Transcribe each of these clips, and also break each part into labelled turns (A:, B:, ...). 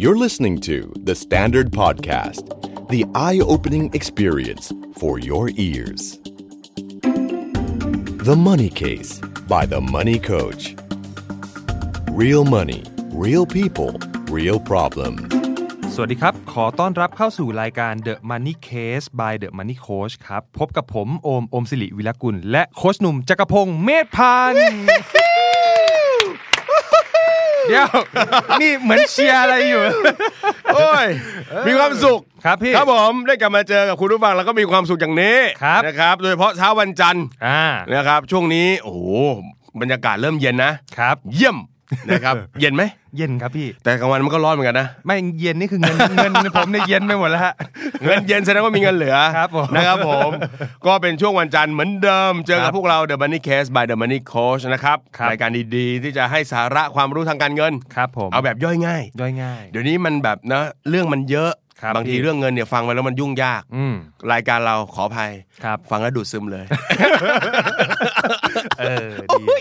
A: You're listening to The Standard Podcast, the eye opening experience for your ears. The Money Case by The Money Coach. Real money, real people, real problem.
B: สวัสดีครับ ขอต้อนรับเข้าสู่รายการ The Money Case by The Money Coach ครับ พบกับผมโอม โอมสิริวิรกุล และโค้ชหนุ่มจักรพงศ์เมธพันธ์เดี๋ยว นี่เหมือนเชียร์อะไรอยู่
C: โอ้ยมีความสุข
B: ครับพี่
C: ครับผมได้กลับมาเจอกับคุณผู้ฟังแล้วก็มีความสุขอย่างนี้
B: ครับ
C: นะครับ โดยเฉพาะเช้าวันจันทร์
B: อ่า
C: นะครับ ช่วงนี้โอ้โหบรรยากาศเริ่มเย็นนะ
B: ครับ
C: เยี่ยม นะครับ เย็นไหม
B: เย็นครับพี่
C: แต่กลางวันมันก็ร้อนเหมือนกันนะ
B: ไม่เย็นนี่คือเงิน เงินผมเนี่ยเย็นไปหมดแล้วฮะ
C: เงินเย็นแสดงว่ามีเงินเหลือ
B: ครับผม
C: นะครับผม ก็เป็นช่วงวันจันทร์เหมือนเดิม เจอ
B: ครั
C: กับบ พวกเรา The Money Case by The Money Coach นะครับ
B: ครับ
C: รายการดีๆ ที่จะให้สาระความรู้ทางการเงิน
B: ครับผม
C: เอาแบบย่อยง่าย
B: ย่อยง่าย
C: เดี๋ยวนี้มันแบบนะเรื่องมันเยอะ
B: ครับ
C: บางที
B: พี่
C: เรื่องเงินเนี่ยฟังไปแล้วมันยุ่งยาก
B: อืม
C: รายการเราขออภัย
B: ครับ
C: ฟังแล้วดูดซึมเลย
B: เออดี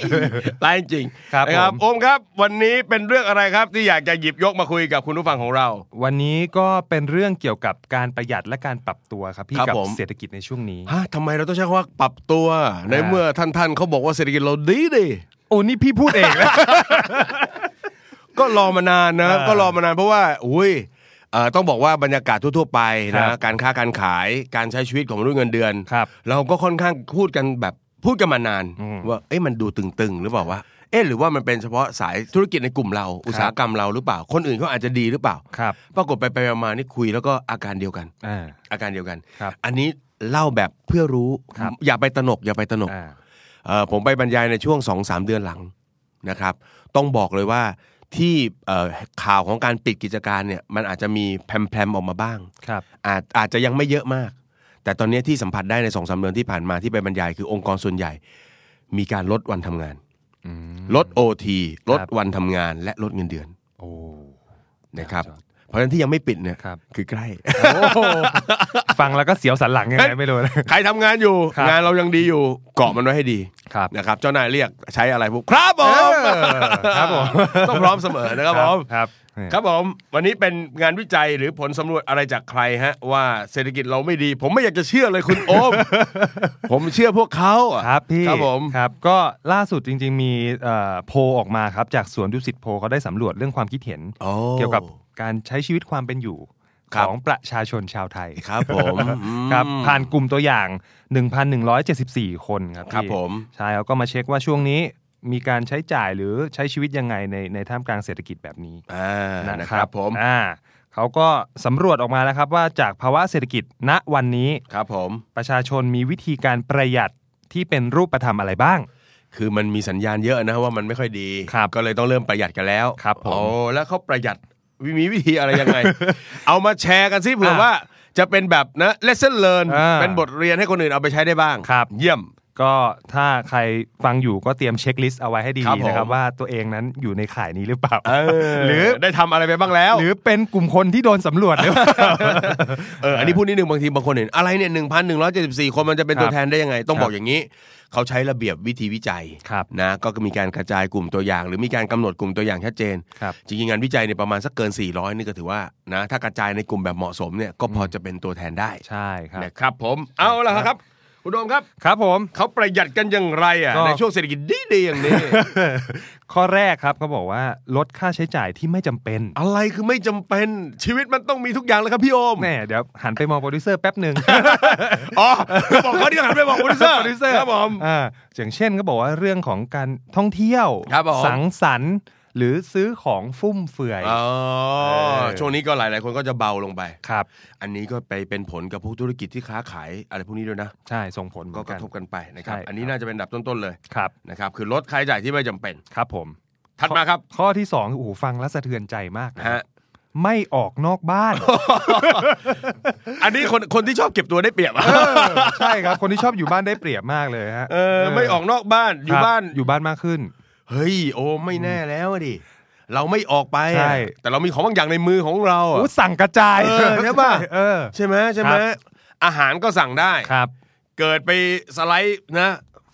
C: ร้ายจริง
B: ครับผ
C: นะ
B: ม
C: โอมครับ วันนี้เป็นเรื่องอะไรครับที่อยากจะหยิบยกมาคุยกับคุณผู้ฟังของเรา
B: วันนี้ก็เป็นเรื่องเกี่ยวกับการประหยัดและการปรับตัวครับพี่
C: ครับ
B: กั
C: ผม
B: เศรษฐกิจในช่วงนี้
C: ฮะทำไมเราต้องใช้คำว่าปรับตัว ในเมื่อท่านท่านๆเขาบอกว่าเศรษฐกิจเราดีดี
B: โอ้นี่พี่พูดเองนะ
C: ก็รอมานานนะ
B: เออ
C: ก็รอมานานเพราะว่าอุ้ยเอ่อต้องบอกว่าบรรยากาศทั่วๆไป
B: ครั
C: นะ
B: บ
C: การค้าการขายการใช้ชีวิตของมนุษย์เงินเดือน
B: ครับ
C: เราก็ค่อนข้างพูดกันแบบพูดกันมานาน
B: อืม
C: ว่าเอ๊ะมันดูตึงๆ หรือเปล่าวะเอ๊ะหรือว่ามันเป็นเฉพาะสายธุรกิจในกลุ่มเราอุตสาหกรรมเราหรือเปล่า คนอื่นเขาอาจจะดีหรือเปล่า
B: ครับ
C: ปรากฏไปไปๆมาๆนี่คุยแล้วก็อาการเดียวกัน
B: อ่า
C: อาการเดียวกัน
B: ครับ
C: อันนี้เล่าแบบเพื่อรู้
B: ครับ
C: อย่าไปตระหนกอย่าไปตระหนก
B: อ่า
C: เอ่อผมไปบรรยายในช่วง2อสเดือนหลังนะครับ ต้องบอกเลยว่าที่เอ่อข่าวของการปิดกิจการเนี่ยมันอาจจะมีแพรมๆออกมาบ้าง
B: ครับ
C: อาจอาจจะยังไม่เยอะมาก แต่ตอนนี้ที่สัมผัสได้ใน2อสเดือนที่ผ่านมาที่ไปบรรยายคือองค์กรส่วนใหญ่ มีการลดวันทำงาน
B: อืม
C: ลดโอทีลด
B: ครับ
C: วันทำงาน และลดเงินเดือน
B: โอ้
C: นะครับ
B: ครับ
C: เพราะฉะนั้นที่ยังไม่ปิดเนี่ย
B: ครับ
C: คือใกล้
B: โอ้โหฟังแล้วก็เสียวสันหลังยังไงไม่รู้นะ
C: ใครทำงานอยู่
B: ครับ
C: งานเรายังดีอยู่เกาะมันไว้ให้ดี
B: ครับ
C: นะครับ เจ้านายเรียกใช้อะไรพวกครับผม
B: เออครับผม
C: ต้องพร้อมเสมอนะครับผม
B: ครับ
C: ครับผม วันนี้เป็นงานวิจัยหรือผลสำรวจอะไรจากใครฮะ ว่าเศรษฐกิจเราไม่ดี ผมไม่อยากจะเชื่อเลยคุณโอม ผมเชื่อพวกเขาอะ
B: ครับพี่
C: ครับผม
B: ครับก็ล่าสุดจริง ๆ มีเอ่อโพลออกมาครับจากสวนดุสิตโพลเขาได้สำรวจเรื่องความคิดเห็น
C: โอ้
B: เกี่ยวกับการใช้ชีวิตความเป็นอยู่
C: ค
B: ข
C: รับ
B: องประชาชนชาวไทย
C: ครับผม
B: ครับ
C: อืม
B: ผ่านกลุ่มตัวอย่าง 1,174 คนครับ
C: ครับ
B: พี่
C: ผม
B: ใช่เขาก็มาเช็คว่าช่วงนี้มีการใช้จ่ายหรือใช้ชีวิตยังไงในในท่ามกลางเศรษฐกิจแบบนี้
C: อ่านะ
B: นะค
C: ค
B: รั
C: รั
B: บบ
C: ผม
B: อ่าเขาก็สำรวจออกมานะครับว่าจากภาวะเศรษฐกิจณวันนี้
C: ครับผม
B: ประชาชนมีวิธีการประหยัดที่เป็นรูปธรรมอะไรบ้าง
C: คือมันมีสัญญาณเยอะนะว่ามันไม่ค่อยดี
B: ครับ
C: ก็เลยต้องเริ่มประหยัดกันแล้ว
B: ครับผม
C: โอ้แล้วเขาประหยัดวิมีวิธีอะไรยังไง เอามาแชร์กันสิเผื่อว่า จะเป็นแบบนะ lesson learn
B: อ่า
C: เป็นบทเรียนให้คนอื่นเอาไปใช้ได้บ้าง
B: ครับ
C: เยี่ยม
B: ก็ถ้าใครฟังอยู่ก็เตรียมเช็คลิสต์เอาไว้ให้ดี
C: ครับผม
B: นะครับว่าตัวเองนั้นอยู่ในข่ายนี้หรือเปล่า
C: ห
B: หรื
C: รื
B: ออ
C: ได้ทำอะไรไปบ้างแล้ว
B: หรือเป็นกลุ่มคนที่โดนสำรวจหรือเปล่า
C: เออ อันนี้พูดนิดนึงบางทีบางคนเห็นอะไรเนี่ยหนึ่งพันหนึ่งร้อยเจ็ดสิบสี่คนมันจะเป็น
B: ครับ
C: ตัวแทนได้ยังไง ต้อง
B: ครับ
C: บอกอย่างนี้ เขาใช้ระเบียบวิธีวิจัย
B: ครับ
C: นะก็มีการกระจายกลุ่มตัวอย่าง หรือมีการกำหนดกลุ่มตัวอย่างชัดเจน
B: ครับ
C: จริงๆงานวิจัยเนี่ยประมาณสักเกิน 400 นี่ก็ถือว่านะถ้ากระจายในกลุ่มแบบเหมาะสมเนี่ยก็พอจะเป็นตัวแทนได้
B: ใช่ครับ
C: นะครับผมเอาละครับ คุณโดมครับ
B: ครับผม
C: เขาประหยัดกันอย่างไรอ่ะ
B: ก็
C: ในช่วงเศรษฐกิจดีๆอย่าง นี้
B: ข้อแรกครับเขาบอกว่าลดค่าใช้จ่ายที่ไม่จำเป็น
C: อะไรคือไม่จำเป็นชีวิตมันต้องมีทุกอย่างเลยครับพี่โอม
B: แม่เดี๋ยวหันไปมองโปรดิวเซอร์แป๊บ หนึ่ง
C: อ๋อบอกเขาที่หันไปบอกโปรดิวเซอร์
B: โปรดิวเซอร์
C: ครับผม
B: อ่าอย่างเช่นก็บอกว่าเรื่องของการท่องเที่ยว
C: ครับผม
B: สังสรรค์ หรือซื้อของฟุ่มเฟือย
C: อ๋อ
B: อ
C: ช่วงนี้ก็หลาย ๆ คนก็จะเบาลงไป
B: ครับ
C: อันนี้ก็ไปเป็นผลกับพวกธุรกิจที่ค้าขายอะไรพวกนี้ด้วยนะ
B: ใช่ส่งผลเหมื
C: ก็
B: อน
C: ก
B: กั
C: ระ
B: น
C: ทบกันไปนะครับ
B: ใช่
C: อันนี้น่าจะเป็นอันดับต้น ๆ เลย
B: ครับ
C: นะครับ คือลดค่าใช้จ่ายที่ไม่จำเป็น
B: ครับผม
C: ถัดมาครับ
B: ข้อที่สองโอ้โหฟังแล้วสะเทือนใจมากนะ
C: ฮะ
B: ไม่ออกนอกบ้าน
C: อันนี้คนคนที่ชอบเก็บตัวได้เปรียบอะ
B: ใช่ครับ คนที่ชอบอยู่บ้านได้เปรียบมากเลยฮะ
C: เออ ไม่ออกนอกบ้านอยู่
B: ครับ
C: บ้าน
B: อยู่บ้านมากขึ้น
C: เฮ้ยโอ้ไม่แน่แล้วอะดิเราไม่ออกไปอะ
B: ใช่
C: แต่เรามีของบางอย่างในมือของเราอะ
B: โอ้สั่งกระจาย
C: เออใช่ปะ
B: เออ
C: ใช่ไหมใช่ไหม
B: ครับ
C: อาหารก็สั่งได้
B: ครับ
C: เกิดไปสไลด์นะ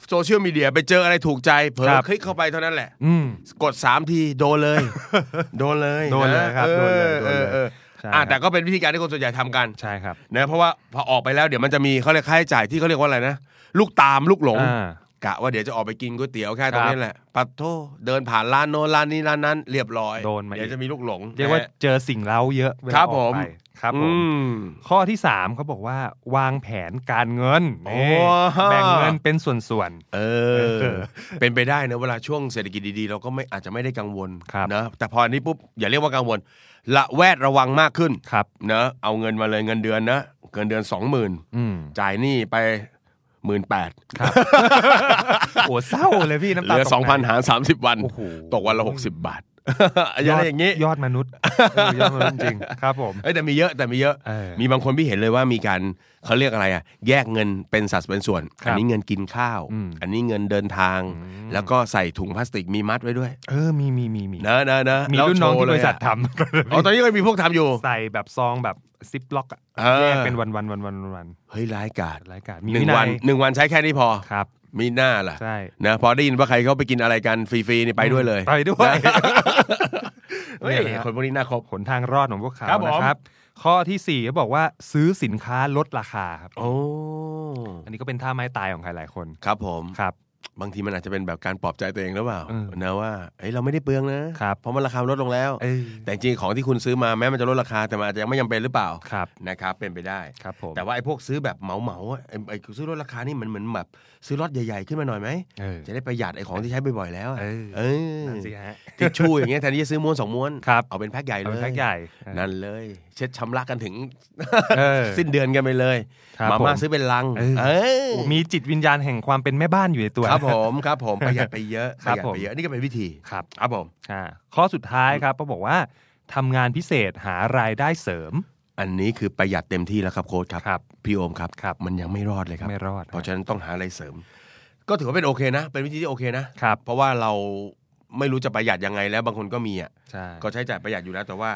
C: โซเชียลมีเดียไปเจออะไรถูกใจเผล
B: ค
C: อ
B: รับ
C: คลิกเข้าไปเท่านั้นแหละ
B: อืม
C: กด 3 ทีโดนเลย โดนเลย
B: โดนเลย
C: ะ
B: ครับโดนเลย
C: ออออเออ
B: โดนเลยใช่ค
C: อ่ะ
B: รับ
C: แต่ก็เป็นวิธีการที่คนส่วนใหญ่ทำกัน
B: ใช่ครับ
C: นะเพราะว่าพอออกไปแล้วเดี๋ยวมันจะมีเขาเรียกค่าใช้จ่ายที่เขาเรียกว่าอะไรนะ ลูกตามลูกหลง
B: อ่า
C: กะว่าเดี๋ยวจะออกไปกินก๋วยเตี๋ยวแค่
B: ครับ
C: ตรงนี้แหละปัดโทเดินผ่านร้านโน้นร้านนี้ร้านนั้น เรียบร้อย
B: โดนมาอีก
C: เดี๋ยวจะมีลูกหลง
B: เรียกว่า
C: นะฮะ
B: เจอสิ่งเล้าเยอะเวลา
C: ครับ
B: ออก
C: ผม
B: ไปครับผ
C: อื
B: ม
C: ม
B: ข้อที่สามเขาบอกว่าวางแผนการเงินนี่
C: โอ้
B: แบ่งเงินเป็นส่วน
C: เออ เป็นไปได้นะเวลาช่วงเศรษฐกิจดีๆ เราก็ไม่อาจจะไม่ได้กังวล
B: ครับ
C: นะแต่พออันนี้ปุ๊บอย่าเรียกว่ากังวลละแวดระวังมากขึ้น
B: ครับ
C: นะเอาเงินมาเลยเงินเดือนนะเงินเดือนสองหมื่น
B: ๆ อืม
C: จ่ายหนี้ไปหมื่นแปด
B: โอ้เศร้าเลยพี่น้ำ
C: เห
B: ตา
C: ลือ
B: ตก
C: สองพันหารสามสิบวัน
B: โอ้โห
C: ตกวันละหกสิบบาท อย่างอย่างนี้
B: ยอดมนุษย์เออยอดมนุษย์จริง ๆครับผม
C: เอ้ยแต่มีเยอะแต่มีเยอะ
B: เออ
C: มีบางคนพี่เห็นเลยว่ามีการเขาเรียกอะไรอ่ะ แยกเงินเป็นสัดเป็นส่วน
B: ครับ
C: อันนี้เงินกินข้าว
B: อืม
C: อันนี้เงินเดินทาง แล้วก็ใส่ถุงพลาสติกมีมัดไว้ด้วย
B: เออมีมีมีมี
C: นะนะนะ
B: มี
C: แล้ว
B: รุ่นน้องที่บริษัท
C: โชว์เลยอะ
B: ทำ
C: อ๋อตอนนี้ก็มีพวกทำอยู่
B: ใส่แบบซองแบบซิปล็อกอะ
C: เออ
B: แยกเป็นวันวันวันวันวัน
C: เฮ้ยร้ายกาจ
B: รายการมี
C: หนึ่
B: วิ
C: ง
B: ย
C: วันหนึ่งวันใช้แค่นี้พอ
B: ครับ
C: มีหน้าล่ะ
B: ใช่
C: นะพอได้ยินว่าใครเขาไปกินอะไรกันฟรีๆนี่ไปด้วยเลย
B: ไปด้วย
C: เฮ้ย
B: เนี่ยนะฮะ
C: คนพวกนี้น่าครบ
B: หนทางรอดของพวกเขา
C: ครับผม
B: นะครับ ข้อที่สี่เขาบอกว่าซื้อสินค้าลดราคาครับ
C: โอ้
B: อันนี้ก็เป็นท่าไม้ตายของใครหลายคน
C: ครับผม
B: ครับ
C: บางทีมันอาจจะเป็นแบบการปลอบใจตัวเองหรือเปล่า
B: เออ
C: นะว่าเอ้ยเราไม่ได้เปลืองนะครับ เพราะมันราคาลดลงแล้ว
B: เออ
C: แต่จริงๆของที่คุณซื้อมาแม้มันจะลดราคาแต่มันอาจจะยังไม่ยังเป็นหรือเปล่า
B: ครับ
C: นะครับ เป็นไปได้
B: ครับผม
C: แต่ว่าไอ้พวกซื้อแบบเหมาเหมาๆอะไอ้ไอ้ซื้อลดราคานี่มันเหมือนแบบซื้อรถใหญ่ๆขึ้นมาหน่อยไหม
B: เออ
C: จะได้ประหยัดไอ้ของที่ใช้บ่อยๆแล้วอะ
B: เออ
C: เออ
B: นั่นสิฮะ
C: ทิชชู่อย่างเงี้ยแทนที่จะซื้อม้วนสองม้วน
B: ครับ
C: เอาเป็นแพ็คใหญ่
B: เอา
C: เล
B: เป็น
C: ย
B: แพ็คใหญ่
C: นั่นเลย เช็ดชำระกันถึง
B: เออ
C: สิ้นเดือนกันไปเลย
B: ครับ
C: มาม่า
B: ผม
C: ซื้อเป็นลัง
B: เออ
C: เออ
B: มีจิตวิญญาณแห่งความเป็นแม่บ้านอยู่ในตัว
C: ครับผมครับผมประหยัดไปเยอะ
B: ค
C: ป
B: รับ
C: ระหยัด
B: ผม
C: ไปเยอะนี่ก็เป็นวิธี
B: ครับ
C: ครับผม
B: อ่าข้อสุดท้ายครับเขาบอกว่าทำงานพิเศษหารายได้เสริม
C: อันนี้คือประหยัดเต็มที่แล้วครับโค้ชครับ
B: ครับ
C: พี่โอมครับ
B: ครับ
C: มันยังไม่รอดเลยครับ
B: ไม่รอด
C: เพราะฉะนั้นต้องหาอะไรเสริม ก็ถือว่าเป็นโอเคนะ เป็นวิธีที่โอเคนะ
B: ครับ
C: เพราะว่าเราไม่รู้จะประหยัดยังไงแล้วบางคนก็มีอ่ะ
B: ใช่
C: ก็ใช้จ่ายประหยัดอยู่แล้วแต่ว่า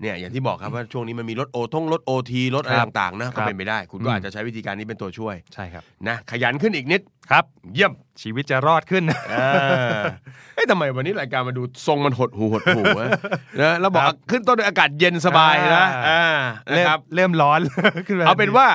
C: เนี่ยอย่างที่บอกครับว่าช่วงนี้มันมีลดโอท่งลดโอทีลดอะไร
B: ครับ
C: ต่างๆนะ
B: ครั
C: ก็
B: บ
C: เป็นไปได้ คุณก็
B: อืม
C: อาจจะใช้วิธีการนี้เป็นตัวช่วย
B: ใช่ครับ
C: นะขยันขึ้นอีกนิด
B: ครับ
C: เยี่ยม
B: ชีวิตจะรอดขึ้น
C: เออเอ้ยทำไมวันนี้รายการมาดูทรงมันหดหูหดหูวะนะแล้วบอกขึ้นต้นด้วยอากาศเย็นสบายนะ
B: อ่า
C: อ่านะ
B: เริ่ม
C: ครับ
B: เริ่มร้อน ขึ้นม
C: เอาเป็นว่า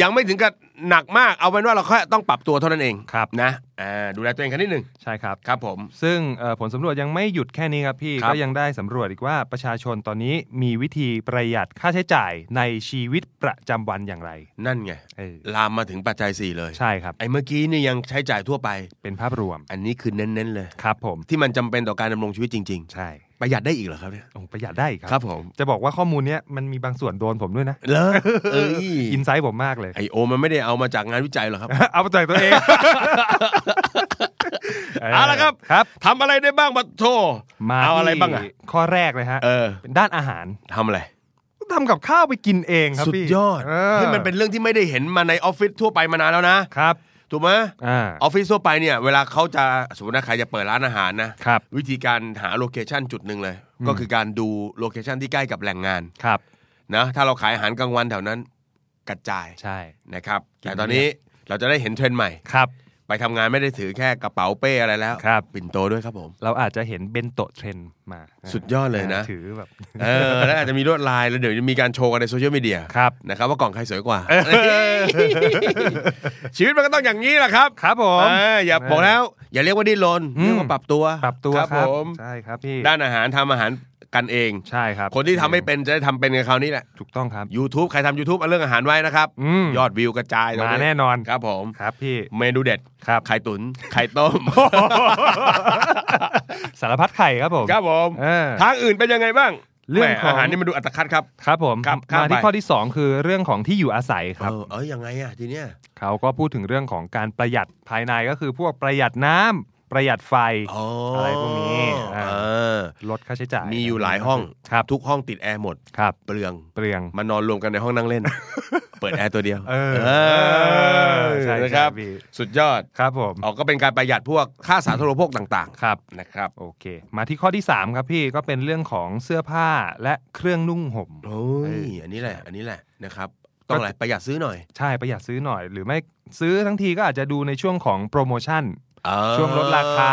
C: ยังไม่ถึงกับหนักมาก เอาเป็นว่าเราแค่ต้องปรับตัวเท่านั้นเอง
B: ครับ
C: นะอ่าดูแลตัวเองกันนิดหนึ่ง
B: ใช่ครับ
C: ครับผม
B: ซึ่งเอ่อผลสำรวจยังไม่หยุดแค่นี้ครับพี่
C: ครับ
B: ก็ยังได้สำรวจอีกว่าประชาชนตอนนี้มีวิธีประหยัดค่าใช้จ่ายในชีวิตประจำวันอย่างไร
C: นั่นไง
B: เออ
C: ลามมาถึงปัจจัย 4 เลย
B: ใช่ครับ
C: ไอ้เมื่อกี้นี่ยังใช้จ่ายทั่วไป
B: เป็นภาพรวม
C: อันนี้คือเน้นๆเลย
B: ครับผม
C: ที่มันจำเป็นต่อการดำรงชีวิตจริง
B: ใช่
C: ๆ ประหยัดได้อีกเหรอครับเนี่ย
B: โอ้ประหยัดได้อีกค
C: ครั
B: รับ
C: ผม
B: จะบอกว่าข้อมูลเนี้ยมันมีบางส่วนโดนผมด้วยนะ
C: เลอเอ้ย
B: อินไซต์ผมมากเลย
C: ไอโอมันไม่ได้เอามาจากงานวิจัยหรอกครับ
B: เอาไปจากตัวเอง
C: เอาละครับ
B: ครับ
C: ทำอะไรได้บ้างบัตโท
B: มา
C: เอาอะไร
B: ที่
C: บ้างอะ
B: ข้อแรกเลยฮะ
C: เออ
B: เป็นด้านอาหาร
C: ทำอะไร
B: ทำกับข้าวไปกินเองครับ
C: สุด
B: พี่
C: ยอด
B: เ
C: เฮ้ยมันเป็นเรื่องที่ไม่ได้เห็นมาในออฟฟิศทั่วไปมานานแล้วนะครับ ถูกไหม
B: อ่า
C: ออฟฟิศทั่วไปเนี่ยเวลาเขาจะสมมตินะใครจะเปิดร้านอาหารนะครับ วิธีการหาโลเคชันจุดหนึ่งเลย ก็คือการดูโลเคชันที่ใกล้กับแหล่งงาน
B: ครับ
C: นะถ้าเราขายอาหารกลางวันแถวนั้นกระจาย
B: ใช่
C: นะครับ
B: กิน
C: แต่ตอนนี้เราจะได้เห็นเทรนด์ใหม่
B: ครับ
C: ไปทำงานไม่ได้ถือแค่กระเป๋าเป้อะไรแล้ว
B: ครับ
C: ปิ่นโตด้วยครับผม
B: เราอาจจะเห็นเบนโตะเทรนด์มา
C: สุดยอดเลยนะ
B: ถือแบบ
C: เออแล้วอาจจะมีลวดลายแล้วเดี๋ยวจะมีการโชว์กันในโซเชียลมีเดีย
B: ครับ
C: นะครับว่ากล่องใครสวยกว่า ชีวิตมันก็ต้องอย่างนี้แหละครับ
B: ครับผม
C: เอออย่าบอกแล้ว อย่าเรียกว่าดิ้นรน
B: อืม
C: เรียกว่าปรับตัว
B: ปรับตัว
C: ครับ
B: ค
C: ผ
B: รับ
C: ม
B: ใช่ครับพี่
C: ด้านอาหารทำอาหารกันเอง
B: ใช่ครับ
C: คนที่ทำไม่เป็นจะได้ทำเป็นกันคราวนี้แหละ
B: ถูกต้องครับ
C: YouTube ใครทำ YouTube เอาเรื่องอาหารไว้นะครับ
B: อืม
C: ยอดวิวกระจายตรง
B: มาแน่นอน
C: ครับผม
B: ครับพี่
C: เมนูเด็ด
B: ครับ
C: ไข่ตุ๋นไข่ต้ม
B: สารพัดไข่ครับผม
C: ครับผม
B: เออ
C: ทางอื่นเป็นยังไงบ้าง
B: เรื่อง
C: แหม
B: ของ
C: อาหารนี่มันดูอัตคัดครับ
B: ครับผม
C: ครับข้าม
B: มาที่
C: ไป
B: ข้อที่ 2 คือเรื่องของที่อยู่อาศัยครับ
C: เออเอ้ยยังไงอ่ะทีเนี้ย
B: เขาก็พูดถึงเรื่องของการประหยัดภายในก็คือพวกประหยัดน้ำประหยัดไฟ
C: อ๋ออะไร
B: พวกนี้อ่า
C: เออ
B: ลดค่าใช้จ่าย
C: มีอยู่หลายห้อง
B: ครับ
C: ทุกห้องติดแอร์หมด
B: ครับ
C: เปลือง
B: เปลือง
C: มานอนรวมกันในห้องนั่ง เล่น เปิดแอร์ตัวเดียว
B: เออ
C: เออ
B: ใช่ใช่
C: นะครับ
B: พี่
C: สุดยอด
B: ครับผม
C: ออกก็เป็นการประหยัดพวกค่าสาธารณูปโภคต่าง
B: ครับ
C: ๆนะครับ
B: โอเค มาที่ข้อที่ 3 ครับพี่ก็เป็นเรื่องของเสื้อผ้าและเครื่องนุ่งห่ม
C: โอ้ยอันนี้แหละ อันนี้แหละนะครับ ต้องอะไรประหยัดซื้อหน่อย
B: ใช่ประหยัดซื้อหน่อย หรือไม่ซื้อทั้งทีก็อาจจะดูในช่วงของโปรโมชั่น
C: เออ
B: ช่วงลดราคา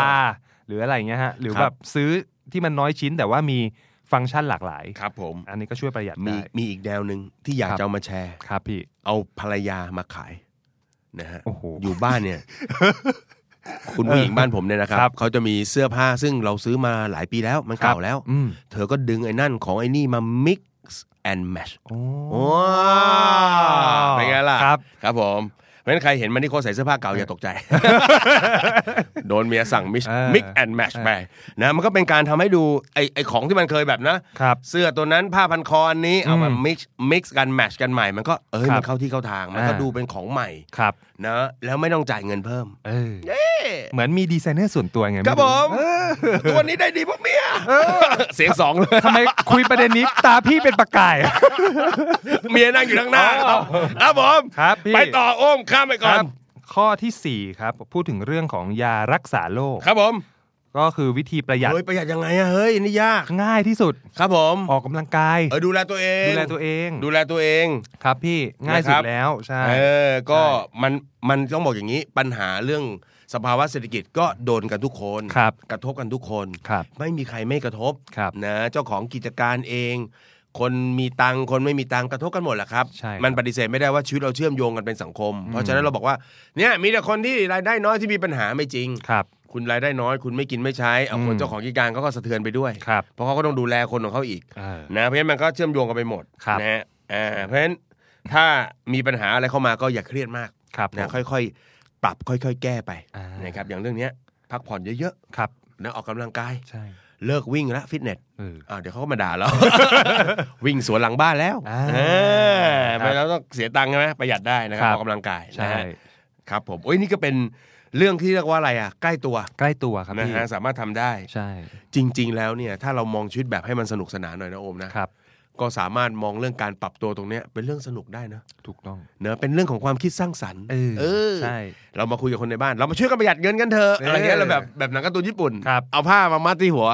B: หรืออะไรอย่างเงี้ยฮะหรือ
C: ค
B: แบ
C: รับ
B: บซื้อที่มันน้อยชิ้นแต่ว่ามีฟังก์ชันหลากหลาย
C: ครับผม
B: อันนี้ก็ช่วยประหยัด
C: มี
B: ได้
C: มีอีกแนวหนึ่งที่อยาก
B: ครับ
C: จะเอามาแชร์
B: ครับพี่
C: เอาภรรยามาขายนะฮะ
B: โอ้โห
C: อยู่บ้านเนี่ย คุณผู้หญิงบ้านผมเนี่ยนะครับ
B: ครับ
C: เขาจะมีเสื้อผ้าซึ่งเราซื้อมาหลายปีแล้ว มันเก่าแล้ว
B: อืม
C: เธอก็ดึงไอ้นั่นของไอ้นี่มา mix and match
B: โอ้
C: ว้าวเป็นไงล่ะ
B: ครับ
C: ครับผมเพราะฉะนั้นใครเห็นมันนี่โคชใส่เสื้อผ้าเก่าอย่าตกใจ โดนเมียสั่งมิช
B: เออ
C: มิกแอนด์แมชไปนะมันก็เป็นการทำให้ดูไอ้ไอ้ของที่มันเคยแบบนะ
B: ครับ
C: เสื้อตัวนั้นผ้าพันคออันนี้เอามา
B: อืม
C: มิกซ์มิกซ์กันแมชกันใหม่ มันก็เอ้ย
B: ครับ
C: มันเข้าที่เข้าทาง มันก็
B: อ่า
C: ดูเป็นของใหม่
B: ครับ
C: นะแล้วไม่ต้องจ่ายเงินเพิ่ม
B: เออเหมือนมีดีไซเนอร์ส่วนตัวไง
C: ครับ
B: ไ
C: ผม
B: เออ
C: ตัวนี้ได้ดีพวกเมียเสียงสองเลย
B: ทำไมคุยประเด็นนี้ตาพี่เป็นประกาย
C: เมียนั่งอยู่ข้างหน้า
B: อ๋อ
C: ครับผม
B: ครับพี่
C: ไปต่อโอ้มข้ามไปก่อน
B: ข้อที่สี่ครับ พูดถึงเรื่องของยารักษาโรค
C: ครับผม
B: ก็คือวิธีประหยัด
C: เฮ้ยประหยัดยังไงอะเฮ้ยนี่ยาก
B: ง่ายที่สุด
C: ครับผม
B: ออกกำลังกาย
C: เออดูแลตัวเอง
B: ดูแลตัวเอง
C: ดูแลตัวเอง
B: ครับพี่ง่ายสุ
C: นะครั
B: ด
C: บ
B: แล้วใช่
C: เออก็มันมันต้องบอกอย่างนี้ปัญหาเรื่องสภาวะเศรษฐกิจก็โดนกันทุกคน
B: ครับ
C: กระทบกันทุกคน
B: ครับ
C: ไม่มีใครไม่กระทบ
B: ครับ
C: นะเจ้าของกิจการเอง คนมีตังค์คนไม่มีตังค์กระทบกันหมดแหละครับ
B: ใช่ครับ
C: มันปฏิเสธไม่ได้ว่าชีวิตเราเชื่อมโยงกันเป็นสังคม เพราะฉะนั้นเราบอกว่าเนี่ยมีแต่คนที่รายได้น้อยที่มีปัญหาไม่จริง
B: ครับ
C: คุณรายได้น้อย คุณไม่กินไม่ใช้เอาค
B: อื
C: น
B: ม
C: เจ้าของกิจการเขาก็สะเทือนไปด้วย
B: ครับ
C: เพราะเขาก็ต้องดูแลคนของเขาอีก
B: เออ
C: นะเพราะฉะนั้นมันก็เชื่อมโยงกันไปหมด
B: ครับ
C: นะฮะอ่าเพราะฉะนั้นถ้ามีปัญหาอะไรเข้ามาก็อย่าเครียดมาก
B: ครับ
C: นะ
B: ผม
C: ค่อยๆ ปรับค่อยๆ แก้ไป
B: อ่าน
C: นะครับอย่างเรื่องเนี้ยพักผ่อนเยอะ
B: ครับ
C: ๆนะออกกำลังกาย
B: ใช่
C: เลิกวิ่งแล้วฟิตเนส
B: เออ
C: อ่าเดี๋ยวเขาก็มาด่าเรา วิ่งสวนหลังบ้านแล้ว
B: อ่า
C: เออ
B: ครับ
C: ไม่เราต้องเสียตังค์ใช่ไหมประหยัดได้นะครั
B: ค
C: บ
B: รั
C: อบ อกกำลังกายนะ
B: ใช่
C: ฮะครับผมโอ้ยนี่ก็เป็นเรื่องที่เรียกว่าอะไรอ่ะใกล้ตัว
B: ใกล้ตัวครับ
C: นะ
B: พี่
C: ฮะสามารถทำได้
B: ใช่
C: จริง ๆ แล้วเนี่ยถ้าเรามองชีวิตแบบให้มันสนุกสนานหน่อยนะโอมนะ
B: ครับ
C: ก็สามารถมองเรื่องการปรับตัวตรงเนี้ยเป็นเรื่องสนุกได้นะ
B: ถูกต้อง
C: เนอะเป็นเรื่องของความคิดสร้างสรรค์
B: เออ
C: เออ
B: ใช่
C: เรามาคุยกับคนในบ้าน เรามาช่วยกันประหยัดเงินกันเถอะ
B: เอออ
C: อะไรเงี้ยเราแบบแบบหนังการ์ตูนญี่ปุ่น
B: ครับ
C: เอาผ้ามามัดที่หัว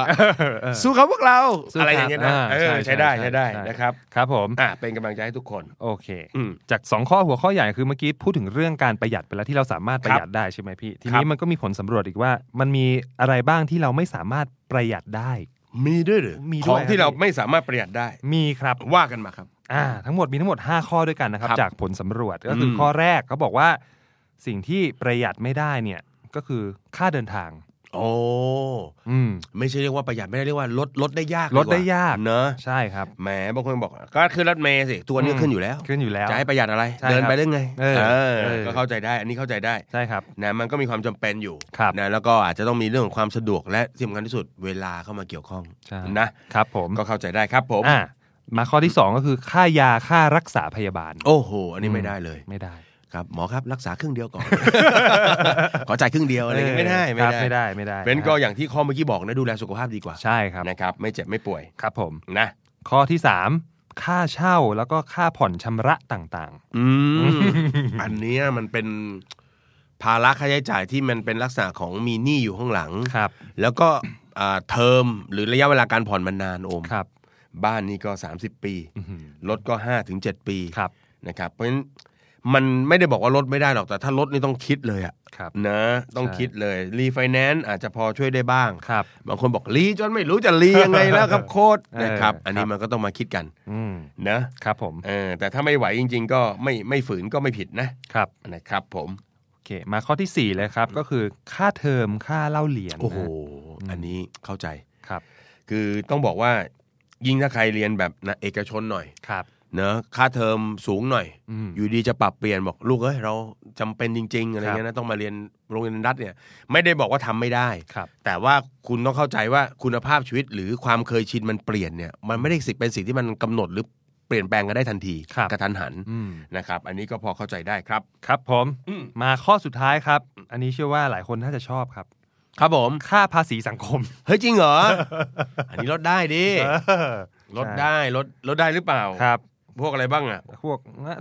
B: เออ
C: สู้เขาพวกเรา
B: สู้ครับ
C: อะไรอย่างเงี้ยนะ
B: อ่า
C: เออ
B: ใช่
C: ใช้ได้
B: ใช่
C: ใช้ได้
B: ใช่
C: นะครับ
B: ครับผม
C: อ่ะเป็นกำลังใจให้ทุกคน
B: โอเค
C: อืม
B: จาก 2 ข้อหัวข้อใหญ่คือเมื่อกี้พูดถึงเรื่องการประหยัดไปแล้วที่เราสามารถประหยัดได้ใช่ไหมพี่ ที
C: ครั
B: นี้
C: บ
B: มันก็มีผลสำรวจอีกว่า มันมีอะไรบ้างที่เราไม่สามารถประหยัดได้
C: มีด้วยหรือ
B: มีด้วย
C: ของ
B: ค
C: ที่
B: รับ
C: เราไม่สามารถประหยัดได้
B: มีครับ
C: ว่ากันมาครับ
B: อ่าทั้งหมดมีทั้งหมด 5 ข้อด้วยกันนะครับ
C: ครับ
B: จากผลสำรวจก็คืออ
C: ม
B: ข้อแรกเขาบอกว่าสิ่งที่ประหยัดไม่ได้เนี่ยก็คือค่าเดินทาง
C: โอ้
B: อืม
C: ไม่ใช่เรียกว่าประหยัดไม่ได้เรียกว่าลดลดได้ยาก
B: ลดได้
C: ว่
B: ยาก
C: เนอะ
B: ใช่ครับ
C: แหมบางคนบอกก็ขึ้นรถเมล์สิตัวนี้ก็ขึ้นอยู่แล้ว
B: ขึ้นอยู่แล้ว
C: จะให้ประหยัดอะไร
B: ใช่ครับ
C: เดินไปเรื่องไง
B: เออ
C: เออ
B: เออ
C: ก็เข้าใจได้ อันนี้เข้าใจได้
B: ใช่ครับ
C: นะมันก็มีความจำเป็นอยู่
B: ครับ
C: นะแล้วก็อาจจะต้องมีเรื่องของความสะดวกและที่สำคัญที่สุดเวลาเข้ามาเกี่ยวข้อง
B: ใช่
C: นะครับ
B: ผม
C: ก็เข้าใจได้ครับผม
B: อ่ามาข้อที่ 2 ก็คือค่ายาค่ารักษาพยาบาล
C: โอ้โห อันนี้ไม่ได้เลย
B: ไม่ได้
C: ครับหมอครับรักษาครึ่งเดียวก่อน ขอจ่ายครึ่งเดียวอะไรอย่างเงี้ยไม่
B: ค
C: ได้
B: รับ
C: ไม่
B: ไม่
C: ได้
B: ได้ไม่ได้
C: เป็นก็อย่างที่ข้อเมื่อกี้บอกนะดูแลสุขภาพดีกว่า
B: ใช่ครับ
C: นะครับ ไม่เจ็บไม่ป่วย
B: ครับผม
C: นะ
B: ข้อที่ 3 ค่าเช่าแล้วก็ค่าผ่อนชำระต่าง
C: อืมอันเนี้ยมันเป็นภาระค่าใช้จ่ายที่มันเป็นลักษณะของมีหนี้อยู่ข้างหลัง
B: ๆ ครับ
C: แล้วก็อ่าเทอมหรือระยะเวลาการผ่อนมันนานโอม
B: ครับ
C: บ้านนี่ก็ 30 ปี
B: อื้อหือ
C: รถก็ 5 ถึง 7 ปี
B: ครับ
C: นะครับ เพราะฉะนั้นมันไม่ได้บอกว่าลดไม่ได้หรอกแต่ถ้าลดนี่ต้องคิดเลยอะ
B: ครับ
C: นะต้อง
B: ใช่
C: คิดเลยรีไฟแนนซ์อาจจะพอช่วยได้บ้าง
B: ครับ
C: บางคนบอกรีจนไม่รู้จะรียังไงแล้ว ครับ โคตร
B: เออ
C: นะครับ
B: ครับ
C: อันนี้มันก็ต้องมาคิดกัน
B: อืม
C: นะครับ
B: ผม
C: เออแต่ถ้าไม่ไหวจริง ๆ ก็ไม่ไม่ฝืนก็ไม่ผิดนะครับ นะครับ ผม
B: โอเค มาข้อทีสี่4เลยครับก็คือค่าเทอมค่าเล่าเรียน
C: โอ้โห
B: นะ
C: อันนี้เข้าใจ
B: ครับ
C: คือต้องบอกว่ายิ่งถ้าใครเรียนแบบนะเอกชนหน่อย
B: ครับ
C: เนอะค่าเทอมสูงหน่อย
B: อืม
C: อยู่ดีจะปรับเปลี่ยนบอกลูกเอ้ยเราจำเป็นจริง ๆ อะไรเงี้ยนะต้องมาเรียนโรงเรียนรัฐเนี่ย ไม่ได้บอกว่าทำไม่ได้
B: ครับ
C: แต่ว่าคุณต้องเข้าใจว่าคุณภาพชีวิตหรือความเคยชินมันเปลี่ยนเนี่ยมันไม่ได้สิเป็นสิ่งที่มันกำหนดหรือเปลี่ยนแปลงกันได้ทันที
B: ครับ
C: กระทันหัน
B: อืม
C: นะครับ อันนี้ก็พอเข้าใจได้ครับ
B: ครับผม
C: อืม
B: มาข้อสุดท้ายครับ อันนี้เชื่อว่าหลายคนน่าจะชอบครับ
C: ครับผม
B: ค่าภาษีสังคม
C: เฮ้ยจริงเหร อ อันนี้ลดได้ดิลด
B: ใช่
C: ได้ลดลดได้หรือเปล่า
B: ครับ
C: พวกอะไรบ้างอ่ะ
B: พวก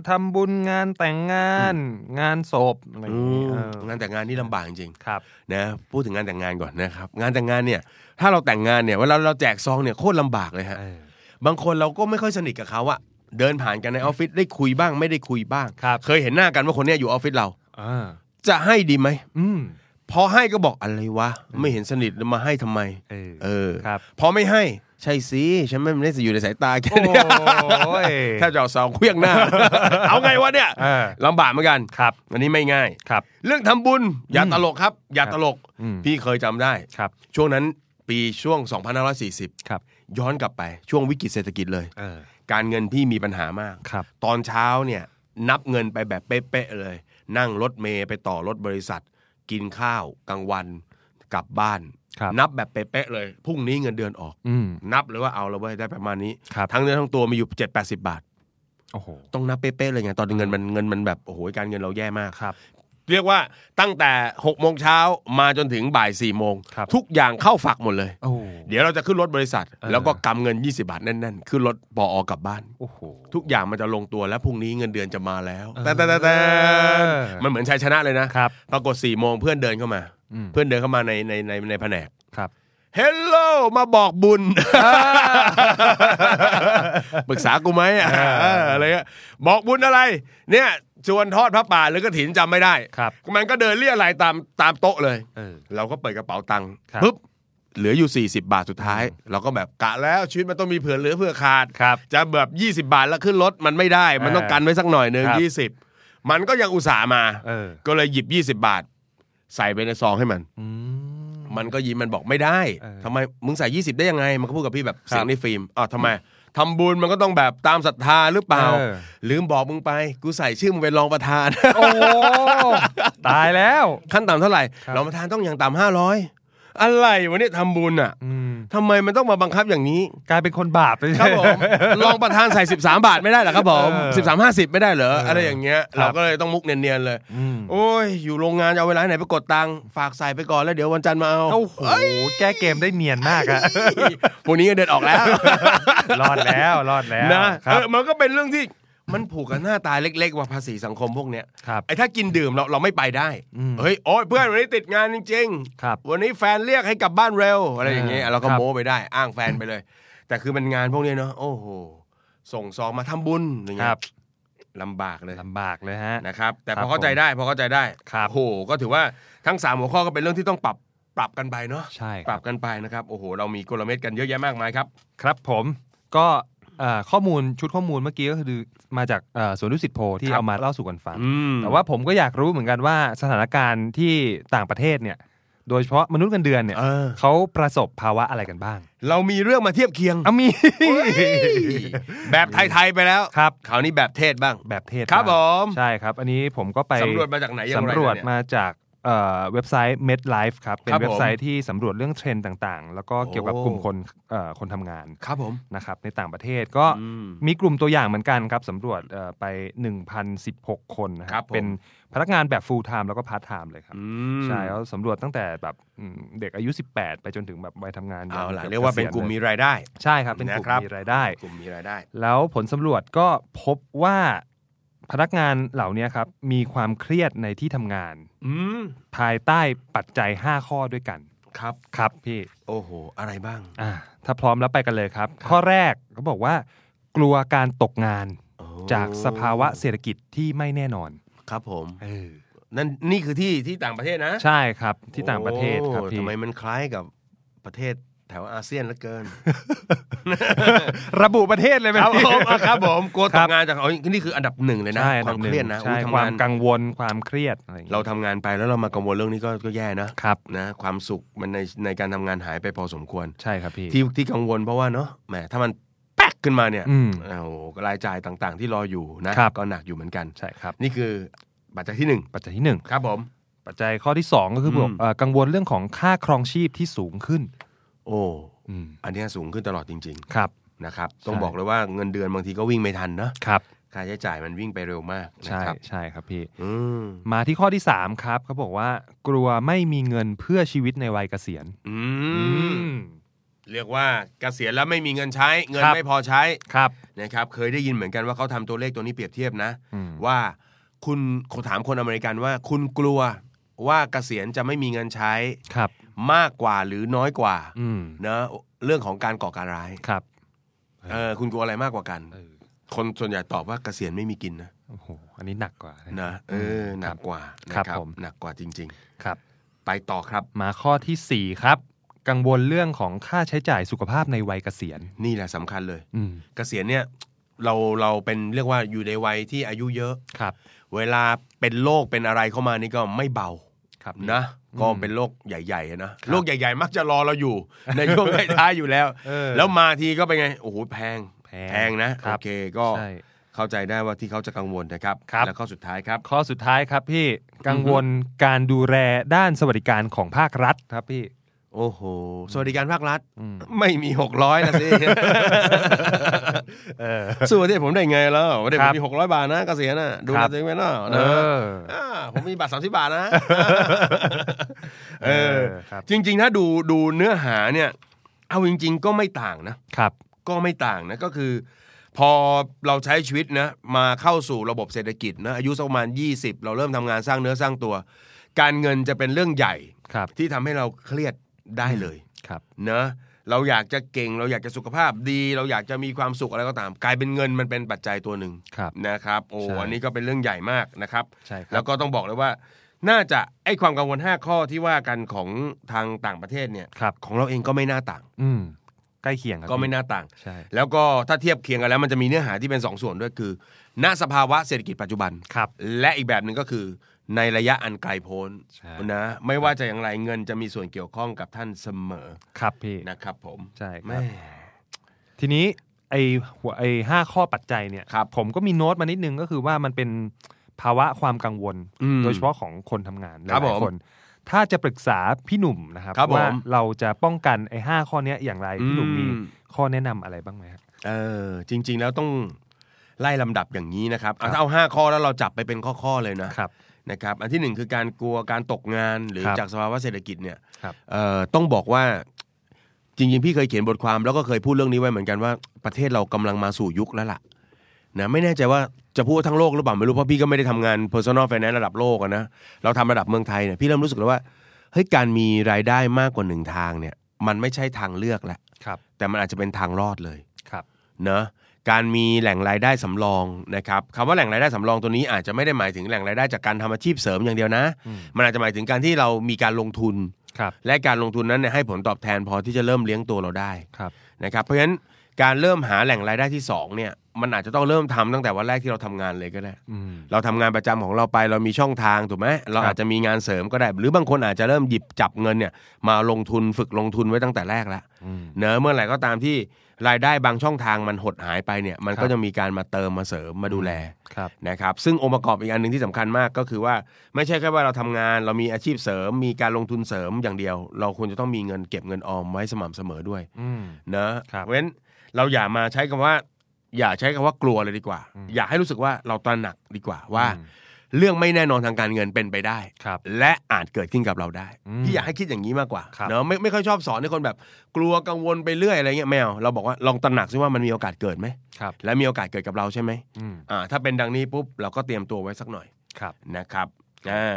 B: ทำบุญงานแต่งงานงานศพอะไรอย่างนี้เออง
C: านแต่งงานนี่ลำบากจริง
B: ครับ
C: นะพูดถึงงานแต่งงานก่อนนะครับงานแต่งงานเนี่ยถ้าเราแต่งงานเนี่ยเวลาเราแจกซองเนี่ยโคตรลำบากเลยฮะบางคนเราก็ไม่ค่อยสนิทกับเขาอะ เดินผ่านกันในออฟฟิศได้คุยบ้าง ไม่ได้คุยบ้าง
B: ครับ
C: เคยเห็นหน้ากันว่าคนเนี้ยอยู่ออฟฟิศเรา
B: อ่า
C: จะให้ดีไหม
B: อืม
C: พอให้ก็บอกอะไรวะ ไม่เห็นสนิทแล้วมาให้ทำไม
B: เออ
C: เออ
B: ครับ
C: พอไม่ให้ใช่สิฉันไม่ได้อยู่ในสายตาแก
B: โอ้
C: เนี่ย
B: ย
C: แทบจะเอาซองเครื่องหน้า เอาไงวะเนี่ย
B: เออ
C: ลำบากเหมือนกัน
B: ครับ
C: อันนี้ไม่ง่าย
B: ครับ
C: เรื่องทำบุญอย่าตลกครับ อย่า
B: ครับ
C: ตลก
B: อืม
C: พี่เคยจำได้
B: ครับ
C: ช่วงนั้นปีช่วง
B: ครับ
C: 2540 ย้อนกลับไปช่วงวิกฤตเศรษฐกิจเลย
B: เออ
C: การเงินพี่มีปัญหามาก
B: ครับ
C: ตอนเช้าเนี่ยนับเงินไปแบบเป๊ะๆเลย นั่งรถเมย์ไปต่อรถบริษัท กินข้าวกลางวันกลับบ้าน
B: ครับ
C: นับแบบเป๊ะๆเลยพรุ่งนี้เงินเดือนออก
B: อืม
C: นับเลยว่าเอาแล้วเว้ยได้ประมาณนี้
B: ครับ
C: ทั้งเนื้อทั้งตัวมีอยู่7 8 0 บาท
B: โอ้โห
C: ต้องนับเป๊ะๆเลยไงตอนเงินมันเงินมันแบบโอ้โหการเงินเราแย่มาก
B: ครับ
C: เรียกว่าตั้งแต่6กโมงเช้ามาจนถึงบ่าย4ี่โมง
B: ครับ
C: ทุกอย่างเข้าฝักหมดเลย
B: โอ้
C: เดี๋ยวเราจะขึ้นรถบริษัท
B: ออ
C: แล้วก็กำเงิน 20 บาทแน่นๆขึ้นรถปออกลับบ้าน
B: โอ้โห
C: ทุกอย่างมันจะลงตัวแล้วพรุ่งนี้เงินเดือนจะมาแล้ว
B: เออ
C: แต่แต่แต่มันเหมือนชัยชนะเลยนะครับ ปรากฏ4ี่โมงเพื่อนเดินเข้ามา
B: อืม
C: เพื่อนเดินเข้ามาในในในในแผนก
B: ครับ
C: เฮลโลมาบอกบุญ ปรึกษากูไหมอะเอออะไรเงี้ยบอกบุญอะไร เนี่ยชวนทอดพระป่าหรือกระถินจำไม่ได้
B: ครับ
C: มันก็เดินเรียอะไรายตามตามโต๊ะเลย
B: เออ
C: เราก็เปิดกระเป๋าตังค์
B: ครับ
C: ปุ๊บเหลืออยู่ 40 บาทสุดท้าย เราก็แบบกะแล้วชีวิตมันต้องมีเผื่อเหลือเผื่อขาด
B: ครับ
C: จะแบบ 20 บาทแล้วขึ้นรถมันไม่ได้ มันต้องกันไว้สักหน่อยหนึ่ง
B: ครับ
C: ยี่สิบมันก็ยังอุตส่าห์มา
B: เออ
C: ก็เลยหยิบ 20 บาท ใส่ไปในซองให้มัน
B: อืม
C: มันก็ยิ้มมันบอกไม่ได้
B: เออ
C: ทำไมมึงใส่ 20 ได้ยังไง มันก็พูดกับพี่แบบ
B: ครับ
C: เสียงในฟิล์มอ๋อทำไมทำบุญมันก็ต้องแบบตามศรัทธาหรือเปล่า
B: เออ
C: ลืมบอกมึงไป กูใส่ชื่อมึงเป็นรองประธาน
B: โอ้โหตายแล้ว
C: ขั้นต่ำเท่าไหร่
B: ครับ
C: รองประธานต้องอย่างต่ำห้าร้อยอะไรวันนี้ทำบุญอ่ะ
B: อืม
C: ทำไมมันต้องมาบังคับอย่างนี้
B: กลายเป็นคนบาปไป
C: ครับผม รองประธานใส่ 13 บาทไม่ได้เหรอครับผม
B: เออ
C: สิบสามห้าสิบไม่ได้เหรออะไรอย่างเงี้ย
B: ครับ
C: เราก็เลยต้องมุกเนียนๆเลย
B: อืม
C: โอ้ย อยู่โรงงานจะเอาเวลาไหนไปกดตังค์ฝากใส่ไปก่อนแล้วเดี๋ยววันจันทร์มาเอา
B: โอ้โหแก้เกมได้เนียนมากอะ
C: พวกนี้ก็เดินออกแล้ว
B: รอดแล้วรอดแล้ว
C: นะครับ เออมันก็เป็นเรื่องที่มันผูกกับหน้าตาเล็ก ๆ ว่าภาษีสังคมพวกเนี้ย
B: ครับ
C: ไอ้ถ้ากินดื่มเราเราไม่ไปได้
B: อืม
C: เฮ้ยโอ้ยเพื่อนวันนี้ติดงานจริง ๆ
B: ครับ
C: วันนี้แฟนเรียกให้กลับบ้านเร็วอะไรอย่างเงี้ย
B: เออ
C: เราก็
B: ครับ
C: โม้ไปได้อ้างแฟนไปเลย แต่คือมันงานพวกเนี้ยเนาะโอ้โหส่งซองมาทำบุญอย่างเงี้
B: ครั
C: ย
B: บ
C: ลำบากเลย
B: ลำบากเลยฮะ
C: นะครับ แต่
B: ครั
C: พ
B: บ
C: อเข้าใจได้พอเข้าใจได้
B: ครับ
C: โอ้โหก็ถือว่าทั้งสามหัวข้อก็เป็นเรื่องที่ต้องปรับปรับกันไปเนาะ
B: ใช่
C: ป
B: ค
C: รั
B: รั
C: บบ กันไปนะครับโอ้โหเรามีกลเม็ดกันเยอะแยะมากมายครับ
B: ครับผมก็เอ่อข้อมูลชุดข้อมูลเมื่อกี้ก็คือมาจากเอ่อสวนดุสิตโพลที่
C: ครับ
B: เอามาเล่าสู่กันฟัง
C: อืม
B: แต่ว่าผมก็อยากรู้เหมือนกันว่าสถานการณ์ที่ต่างประเทศเนี่ย โดยเฉพาะมนุษย์เงินเดือนเนี่ย
C: เออ
B: เขาประสบภาวะอะไรกันบ้าง
C: เรามีเรื่องมาเทียบเคียง
B: เอามี
C: แบบไทยๆไปแล้ว
B: ครับ
C: คราวนี้แบบเทศบ้าง
B: แบบเทศ
C: ครับผม
B: ใช่ครับ อันนี้ผมก็ไป
C: สำรวจมาจากไหนอย่างไร
B: สำรวจ
C: เนี่ย
B: มาจากเอ่อเว็บไซต์ MedLife ครับ เป็น
C: ครับผม
B: เว็บไซต์ที่สำรวจเรื่องเทรนด์ต่างๆ แล้วก็เกี่ยวกับ
C: โอ้
B: กลุ่มคนเอ่อคนทำงาน
C: ครับผม
B: นะครับในต่างประเทศก็
C: อืม
B: มีกลุ่มตัวอย่างเหมือนกันครับสำรวจเอ่อไป 1,016 คนนะค
C: ครั
B: รั
C: บบ ผม
B: เป็นพนักงานแบบ full time แล้วก็ part time เลยครับ
C: อืม
B: ใช่เขาสำรวจตั้งแต่แบบอืมเด็กอายุ 18 ไปจนถึงแบบวัยทำงาน
C: เอาล่ะ
B: ง
C: เรียกว่าเป็นกลุ่มมีรายได้
B: ใช่ครับเป็นกลุ่ม
C: นะครับ
B: มีรายได้
C: กลุ่มมีรายได้
B: แล้วผลสำรวจก็พบว่าพนักงานเหล่านี้ครับมีความเครียดในที่ทำงาน
C: อืม
B: ภายใต้ปัจจัย 5 ข้อด้วยกัน
C: ครับ
B: ครับพี่
C: โอ้โห อะไรบ้าง
B: อ่าถ้าพร้อมแล้วไปกันเลยครับ ข้อแรกเขาบอกว่า กลัวการตกงาน
C: โอ้
B: จากสภาวะเศรษฐกิจที่ไม่แน่นอน
C: ครับผม
B: เออ
C: นั่นนี่คือที่ที่ต่างประเทศนะ
B: ใช่ครับที่ต่างประเทศครับ
C: โอ้
B: พี่
C: ทำไมมันคล้ายกับประเทศแถวอาเซียนเหลือเกิน
B: ระบุประเทศเลยไหม
C: ครับ
B: พี่
C: ผมอ่ะครับผมกลัว
B: ค
C: ต
B: รั
C: ก
B: บ
C: งานจากเอานี่คืออันดับหนึ่งเลยนะ
B: ใช่
C: ความเครียดนะ
B: ใช่
C: อุ๊ย
B: ควาง
C: ทำาม น
B: กังวลความเครียดอะไรอย่าง
C: เรา
B: เงี้ย
C: ทำงานไปแล้วเรามากังวลเรื่องนี้ก็ก็แย่นะครับ นะ ความสุขมันในในการทำงานหายไปพอสมควร
B: ใช่ครับพี่
C: ที่ที่กังวลเพราะว่าเนาะแหมถ้ามันแป๊กขึ้นมาเนี่ย
B: อืม
C: โอ้โหรายจ่ายต่างๆ ที่รออยู่นะครับ ก็หนักอยู่เหมือนกัน
B: ใช่ครับ
C: นี่คือปัจจัยที่หนึ่ง
B: ปัจจัยที่หนึ่ง
C: ครับผม
B: ปัจจัยข้อที่ 2 ก็คือ
C: อืม
B: บอกเอ่อกังวลเรื่องของค่าครองชีพที่สูงขึ้น
C: โอ้อันเนี้ยสูงขึ้นตลอดจริง
B: ครับ
C: ๆ นะครับ ต้อง
B: ใช่
C: บอกเลยว่าเงินเดือนบางทีก็วิ่งไม่ทันนะครับ ค่าใช้จ่ายมันวิ่งไปเร็วมากนะ
B: ใช่
C: ครับ
B: ใช่ครับพี่
C: อืม
B: มาที่ข้อที่ 3 ครับเขาบอกว่ากลัวไม่มีเงินเพื่อชีวิตในวัยเกษียณ
C: อื
B: อื
C: ม
B: ม
C: เรียกว่าเกษียณแล้วไม่มีเงินใช้ เงิน
B: ครับ
C: ไม่พอใช้
B: ครับ
C: นะครับ เคยได้ยินเหมือนกันว่าเขาทำตัวเลขตัวนี้เปรียบเทียบนะ
B: อืม
C: ว่าคุณเขาถามคนอเมริกันว่า คุณกลัวว่าเกษียณจะไม่มีเงินใช้
B: ครับ
C: มากกว่าหรือน้อยกว่า
B: อืม
C: เนอะเรื่องของการก่อการร้าย
B: ครับ
C: เออคุณกลัวอะไรมากกว่ากัน ค คนส่วนใหญ่ตอบว่าเกษียณไม่มีกินนะ
B: โอ้โหอันนี้หนักกว่า
C: นะเออหนักกว่านะครับ
B: ผม
C: หนักกว่าจริง
B: ครับ
C: ๆ ไปต่อครับ
B: มาข้อทีสี่4 ครับ กังวลเรื่องของค่าใช้จ่ายสุขภาพในวัยเกษียณ
C: นี่แหละสำคัญเลย
B: อืม
C: เกษียณเนี่ยเราเราเป็นเรียกว่าอยู่ในวัยที่อายุเยอะ
B: ครับ
C: เวลาเป็นโรคเป็นอะไรเข้ามานี่ก็ไม่เบา
B: ครับ
C: นะก็เป็นโรคใหญ่ๆนะโรคใหญ่ ๆ มักจะรอเราอยู่ ในช่วงท้ายๆอยู่แล้ว
B: เออ
C: แล้วมาทีก็เป็นไง โอ้โหแพง
B: แพง
C: นะครับ โอเคก็
B: ใช่
C: เข้าใจได้ว่าที่เขาจะกังวลนะครับ
B: ครับ
C: แล้วข้อสุดท้ายครับ
B: ข้อสุดท้ายครับพี่กังวลการดูแลด้านสวัสดิการของภาครัฐครับพี่
C: โอ้โห สวัสดิการภาครัฐ
B: อืม
C: ไม่มีหกร้อยนะสิ
B: เออ
C: สู้ประเทศผมได้ไงแล้วประเทศ
B: ค
C: ผ
B: รั
C: ม
B: บ
C: มีหกร้อยบาทนะเกษียณนะดู
B: ค
C: แล
B: รับ
C: ตัวเองไว้นะ
B: เอ
C: นะ
B: อ
C: าผมมีบาทสามสิบาทนะ เอ
B: เอ
C: อ
B: อครับ
C: จริงๆ ถ้าดูดูเนื้อหาเนี่ย เอาจริง ๆ ก็ไม่ต่างนะ
B: ครับ
C: ก็ไม่ต่างนะก็คือ พอเราใช้ชีวิตนะมาเข้าสู่ระบบเศรษฐกิจนะอายุสักประมาณ 20 เราเริ่มทำงานสร้างเนื้อสร้างตัว การเงินจะเป็นเรื่องใหญ่
B: ครับ
C: ที่ทำให้เราเครียดได้เลย
B: ครับ
C: นะเราอยากจะเก่ง เราอยากจะสุขภาพดี เราอยากจะมีความสุขอะไรก็ตาม กลายเป็นเงินมันเป็นปัจจัยตัวหนึ่ง
B: ครับ
C: นะครับโอ้
B: ใช่
C: อันนี้ก็เป็นเรื่องใหญ่มากนะครับ
B: ใช่ครั
C: แล้วก็ต้องบอกเลยว่า น่าจะไอ้ความกังวล 5 ข้อที่ว่ากันของทางต่างประเทศเนี่ย
B: ครับ
C: ของเราเองก็ไม่น่าต่าง
B: อืมใกล้เคียงครับ
C: ก็ไม่
B: พี่
C: น่าต่าง
B: ใช่
C: แล้วก็ถ้าเทียบเคียงกันแล้วมันจะมีเนื้อหาที่เป็น 2 ส่วนด้วยคือ ณสภาวะเศรษฐกิจปัจจุบัน
B: ครับ
C: และอีกแบบหนึ่งก็คือ ในระยะอันไกลโพ้น
B: ใช่
C: นะไม่ว่าจะอย่างไรเงินจะมีส่วนเกี่ยวข้องกับท่านเสมอ
B: ครับพี่
C: นะครับผม
B: ใช่ค
C: แม่
B: รับ ทีนี้ไอหัวไอห้าข้อปัจจัยเนี่ย
C: ครับ
B: ผมก็มีโน้ตมานิดนึงก็คือว่ามันเป็นภาวะความกังวล
C: อืม
B: โดยเฉพาะของคนทำงานห
C: ครับผ
B: ลาย
C: ม
B: ๆคน ถ้าจะปรึกษาพี่หนุ่มนะครับ
C: ครับ
B: ว่า
C: ผม
B: เราจะป้องกันไอห้าข้อเนี้ยอย่างไรพี่หนุ่ม
C: อืม
B: มีข้อแนะนำอะไรบ้างไหมครับ
C: เออจริง ๆ แล้วต้องไล่ลำดับอย่างนี้นะครับ
B: ค
C: เอา
B: รับ
C: ถ้าเอาห้าข้อแล้วเราจับไปเป็นข้อๆเลยนะ
B: ครับ
C: นะครับอันที่หนึ่งคือการกลัวการตกงานหรือ
B: ครับ
C: จากสภาวะเศรษฐกิจเนี่ย
B: ครับ
C: เอ่อต้องบอกว่าจริงๆ พี่เคยเขียนบทความแล้วก็เคยพูดเรื่องนี้ไว้เหมือนกันว่าประเทศเรากำลังมาสู่ยุคแล้วล่ะนะไม่แน่ใจว่าจะพูดว่าทั้งโลกหรือเปล่าไม่รู้เพราะพี่ก็ไม่ได้ทำงาน personal finance ระดับโลกอะนะเราทำระดับเมืองไทยเนี่ยพี่เริ่มรู้สึกแล้วว่าเฮ้ยการมีรายได้มากกว่าหนึ่งทางเนี่ยมันไม่ใช่ทางเลือกแล้ว
B: ครับ
C: แต่มันอาจจะเป็นทางรอดเลย
B: ครับ
C: เนอะการมีแหล่งรายได้สำรองนะครับคำว่าแหล่งรายได้สำรองตัวนี้อาจจะไม่ได้หมายถึงแหล่งรายได้จากการทำอาชีพเสริมอย่างเดียวนะ
B: อืม
C: มันอาจจะหมายถึงการที่เรามีการลงทุน
B: ครับ
C: และการลงทุนนั้นเนี่ยให้ผลตอบแทนพอที่จะเริ่มเลี้ยงตัวเราได้
B: ครับ
C: นะครับเพราะฉะนั้นการเริ่มหาแหล่งรายได้ที่สองเนี่ยมันอาจจะต้องเริ่มทำตั้งแต่วันแรกที่เราทำงานเลยก็ได้
B: อืม
C: เราทำงานประจำของเราไปเรามีช่องทางถูกไหมเรา
B: ครับ
C: อาจจะมีงานเสริมก็ได้ หรือบางคนอาจจะเริ่มหยิบจับเงินเนี่ยมาลงทุนฝึกลงทุนไว้ตั้งแต่แรกแล้ว
B: อืม
C: เนอะเมื่อไหร่ก็ตามที่รายได้บางช่องทางมันหดหายไปเนี่ยมัน
B: ครับ
C: ก็จะมีการมาเติมมาเสริมมาดูแล
B: ครับ
C: นะครับซึ่งองค์ประกอบอีกอันหนึ่งที่สำคัญมากก็คือว่าไม่ใช่แค่ว่าเราทำงานเรามีอาชีพเสริม มีการลงทุนเสริมอย่างเดียว เราควรจะต้องมีเงินเก็บเงินออมไว้สม่ำเสมอด้วย
B: อืม
C: เนอะ
B: ครับ
C: เพราะฉะนั้นเราอย่ามาใช้คำว่า อย่าใช้คำว่ากลัวเลยดีกว่า
B: อืม
C: อย่าให้รู้สึกว่าเราตระหนักดีกว่าว่า
B: อืม
C: เรื่องไม่แน่นอนทางการเงินเป็นไปได้
B: ครับ
C: และอาจเกิดขึ้นกับเราได้
B: อืม
C: พี่อยากให้คิดอย่างนี้มากกว่า
B: ครับ
C: เนาะไม่ไม่ค่อยชอบสอนให้คนแบบ กลัวกังวลไปเรื่อยอะไรเงี้ยแมวเราบอกว่าลองตระหนักซิว่ามันมีโอกาสเกิดไหม
B: ครับ
C: และมีโอกาสเกิดกับเราใช่ไหม
B: อืม
C: อ่าถ้าเป็นดังนี้ปุ๊บเราก็เตรียมตัวไว้สักหน่อย
B: ครับ
C: นะครับอ่า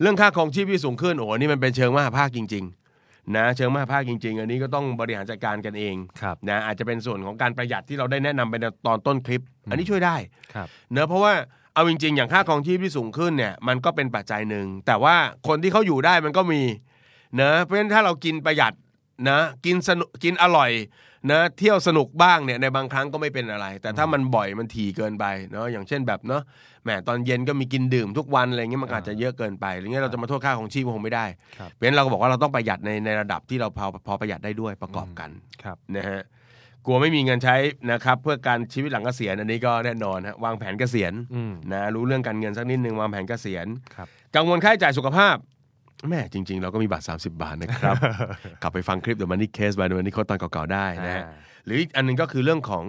C: เรื่องค่าครองชีพที่สูงขึ้นโอ้โหนี่มันเป็นเชิงมหาภาคจริง ๆ นะเชิงมหาภาคจริง ๆ อันนี้ก็ต้องบริหารจัดการกันเอง
B: ครับ
C: นะอาจจะเป็นส่วนของการประหยัดที่เราได้แนะนำไปในตอนต้นคลิป อันนี้ช่วยได้
B: ครับ
C: เนอะเพราะว่าเอาจริงๆ อย่างค่าครองชีพที่สูงขึ้นเนี่ยมันก็เป็นปัจจัยหนึ่ง แต่ว่าคนที่เขาอยู่ได้มันก็มีเนอะเพราะฉะนั้นถ้าเรากินประหยัดนะกินสนุกกินอร่อยนะเที่ยวสนุกบ้างเนี่ยในบางครั้งก็ไม่เป็นอะไร แต่ถ้ามันบ่อยมันถี่เกินไปเนาะอย่างเช่นแบบเนาะแหมตอนเย็นก็มีกินดื่มทุกวันอะไรเงี้ยมันก็อาจจะเยอะเกินไปอะไรเงี้ยเราจะมาโทษค่าของชีพก็คงไม่ได้
B: ครับ
C: เพราะฉะนั้นเราก็บอกว่าเราต้องประหยัดในในระดับที่เราพอพอประหยัดได้ด้วยประกอบกัน
B: ครับ
C: นะฮะกลัวไม่มีเงินใช้นะครับเพื่อการชีวิตหลังเกษียณอันนี้ก็แน่นอนฮะวางแผนเกษียณ
B: อืม
C: นะรู้เรื่องการเงินสักนิดนึงวางแผนเกษียณ
B: ครับ
C: กังวลค่าใช้จ่ายสุขภาพแม่จริง ๆ เราก็มีบาท 30 บาท นะครับ กลับไปฟังคลิปเดี๋ยวมันนี่เคส by เดี๋ยวมันนี่โคตตอนเก่าๆได้นะฮะ
B: อ่า
C: หรืออีกอันหนึงก็คือเรื่องของ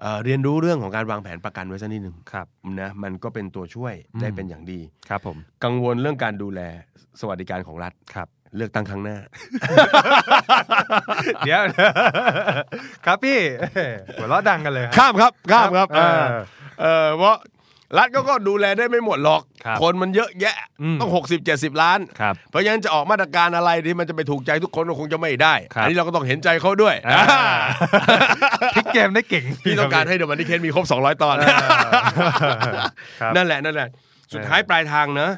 C: เอ่อเรียนรู้เรื่องของการวางแผนประกันไว้สักนิดนึง
B: ครับ
C: นะมันก็เป็นตัวช่วย
B: อืม
C: ได้เป็นอย่างดี
B: ครับผม
C: กังวลเรื่องการดูแลสวัสดิการของรัฐ
B: ครับ
C: เลือกตั้งครั้งหน้า
B: เดี๋ยว ครับพี่ หัวเราะดังกันเลย
C: ข้ามครับข้ามครับ
B: ครับ
C: เออเออเพราะ รัฐก็ก็ดูแลได้ไม่หมดหรอก
B: ครับ
C: นมันเยอะแยะ
B: อืม
C: ต้องหกสิบเจ็ดสิบล้าน
B: ครับ
C: เพราะฉะนั้นจะออกมาตรการอะไรที่มันจะไปถูกใจทุกคนก็คงจะไม่ได้
B: ครับ
C: อันี้เราก็ต้องเห็นใจเขาด้วย
B: อ่า
C: อ่า
B: พลิกเกมได้เก่ง
C: พี่ต้องการให้เดอะมันนี่เคนมีครบ 200 ตอน
B: ครับ
C: นั่นแหละนั่นแหละ สุดท้ายปลายทางเนอะ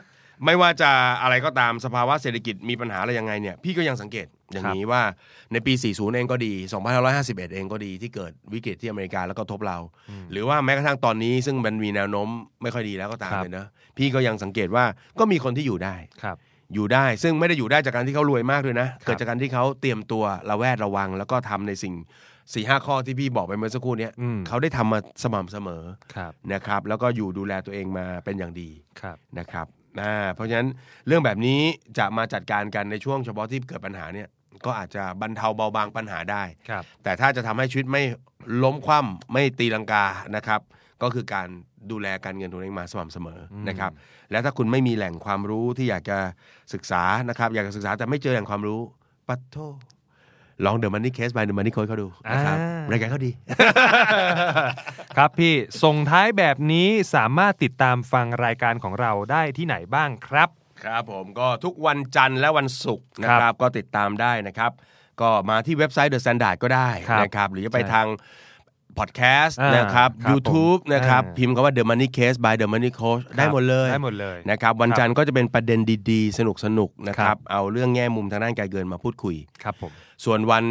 C: ไม่ว่าจะอะไรก็ตามสภาวะเศรษฐกิจมีปัญหาอะไรยังไงเนี่ยพี่ก็ยังสังเกตอย่างนี้ว่าในปี 40 เองก็ดี 2551 เองก็ดีที่เกิดวิกฤตที่อเมริกาแล้วก็ทบเรา หรือว่าแม้กระทั่งตอนนี้ซึ่งมันมีแนวโน้มไม่ค่อยดีแล้วก็ตาม
B: ครับ
C: เลยเนอะพี่ก็ยังสังเกตว่าก็มีคนที่อยู่ได้
B: ครับ
C: อยู่ได้ซึ่งไม่ได้อยู่ได้จากการที่เขารวยมากด้วยนะ
B: ครับ
C: เกิดจากการที่เขาเตรียมตัวระแวดระวัง แล้วก็ทำในสิ่ง4ีหข้อที่พี่บอกไปเมื่อสักครู่เนี้ย
B: อืม
C: เขาได้ทำมาสม่ำเสมอ
B: ครับ
C: นะครับ แล้วก็อยู่ดูแลตัวเองมาเป็นอย่างดี
B: ครับ
C: นะครับอ่าเพราะฉะนั้นเรื่องแบบนี้จะมาจัดการกันในช่วงเฉพาะที่เกิดปัญหาเนี่ยก็อาจจะบรรเทาเบาบางปัญหาได้
B: ครับ
C: แต่ถ้าจะทำให้ชีวิตไม่ล้มคว่ำไม่ตีลังกานะครับ ก็คือการดูแลการเงินตัวเองมาสม่ำเสมออ
B: ม
C: นะครับ และถ้าคุณไม่มีแหล่งความรู้ที่อยากจะศึกษานะครับ อยากจะศึกษาแต่ไม่เจอแหล่งความรู้ ปัดโทลองเด e m มันนี่เคส by เด e m มันนี่โค้ดเขาดูนะครับรายการเขาดี
B: ครับพี่ส่งท้ายแบบนี้สามารถติดตามฟังรายการของเราได้ที่ไหนบ้างครับ
C: ครับผมก็ทุกวันจันทร์และวันศุกร์นะครับก็ติดตามได้นะครับ ก็มาที่เว็บไซต์ The Standard ก็ได้
B: ครับ
C: นะครับหรือจะไป
B: ใช่
C: ทางพอดแคสต์
B: อ่าน
C: นะครับ
B: ครับผม
C: YouTube นะครับ
B: อ่า
C: พิมพ์คำว่า The Money Case by The Money Coach ได้หมดเลย
B: ได้หมดเลย
C: นะครับวันจันทร์ก็จะเป็นประเด็นดีๆ สนุกๆนะค
B: ครั
C: รับ บ เอาเรื่องแง่มุมทางด้านการเงินมาพูดคุย
B: ครับผม
C: ส่วนวัน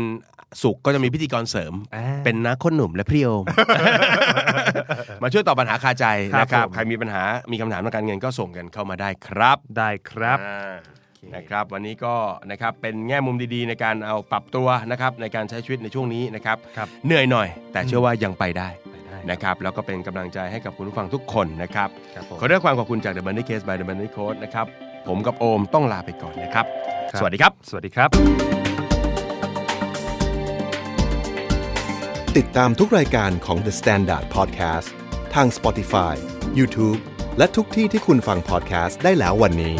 C: ศุกร์ก็จะมีพิธีกรเสริม
B: อ่า
C: เป็นนักคนหนุ่มและพี่ โอม มาช่วยตอบปัญหาคาใจนะค
B: ครับ
C: รั
B: บ ผม
C: ใครมีปัญหามีคำถามทางการเงินก็ส่งกันเข้ามาได้ครับ
B: ได้ครับ
C: อ่านะครับ วันนี้ก็นะครับเป็นแง่มุมดีๆ ในการเอาปรับตัวนะครับในการใช้ชีวิตในช่วงนี้นะครับ
B: ครับ
C: เหนื่อยหน่อย แต่เชื่อว่ายังไปได้
B: ได้
C: นะครับแล้วก็เป็นกำลังใจให้กับคุณผู้ฟังทุกคนนะครับ
B: ครับผม
C: ขอด้วยความขอบคุณจาก The Money Case by The Money Coach นะครับ ผมกับโอมต้องลาไปก่อนนะครับ
B: ครับ
C: สวัสดีครับ
B: สวัสดีครับ
A: ติดตามทุกรายการของ The Standard Podcast ทาง Spotify, YouTube และทุกที่ที่คุณฟัง podcast ได้แล้ววันนี้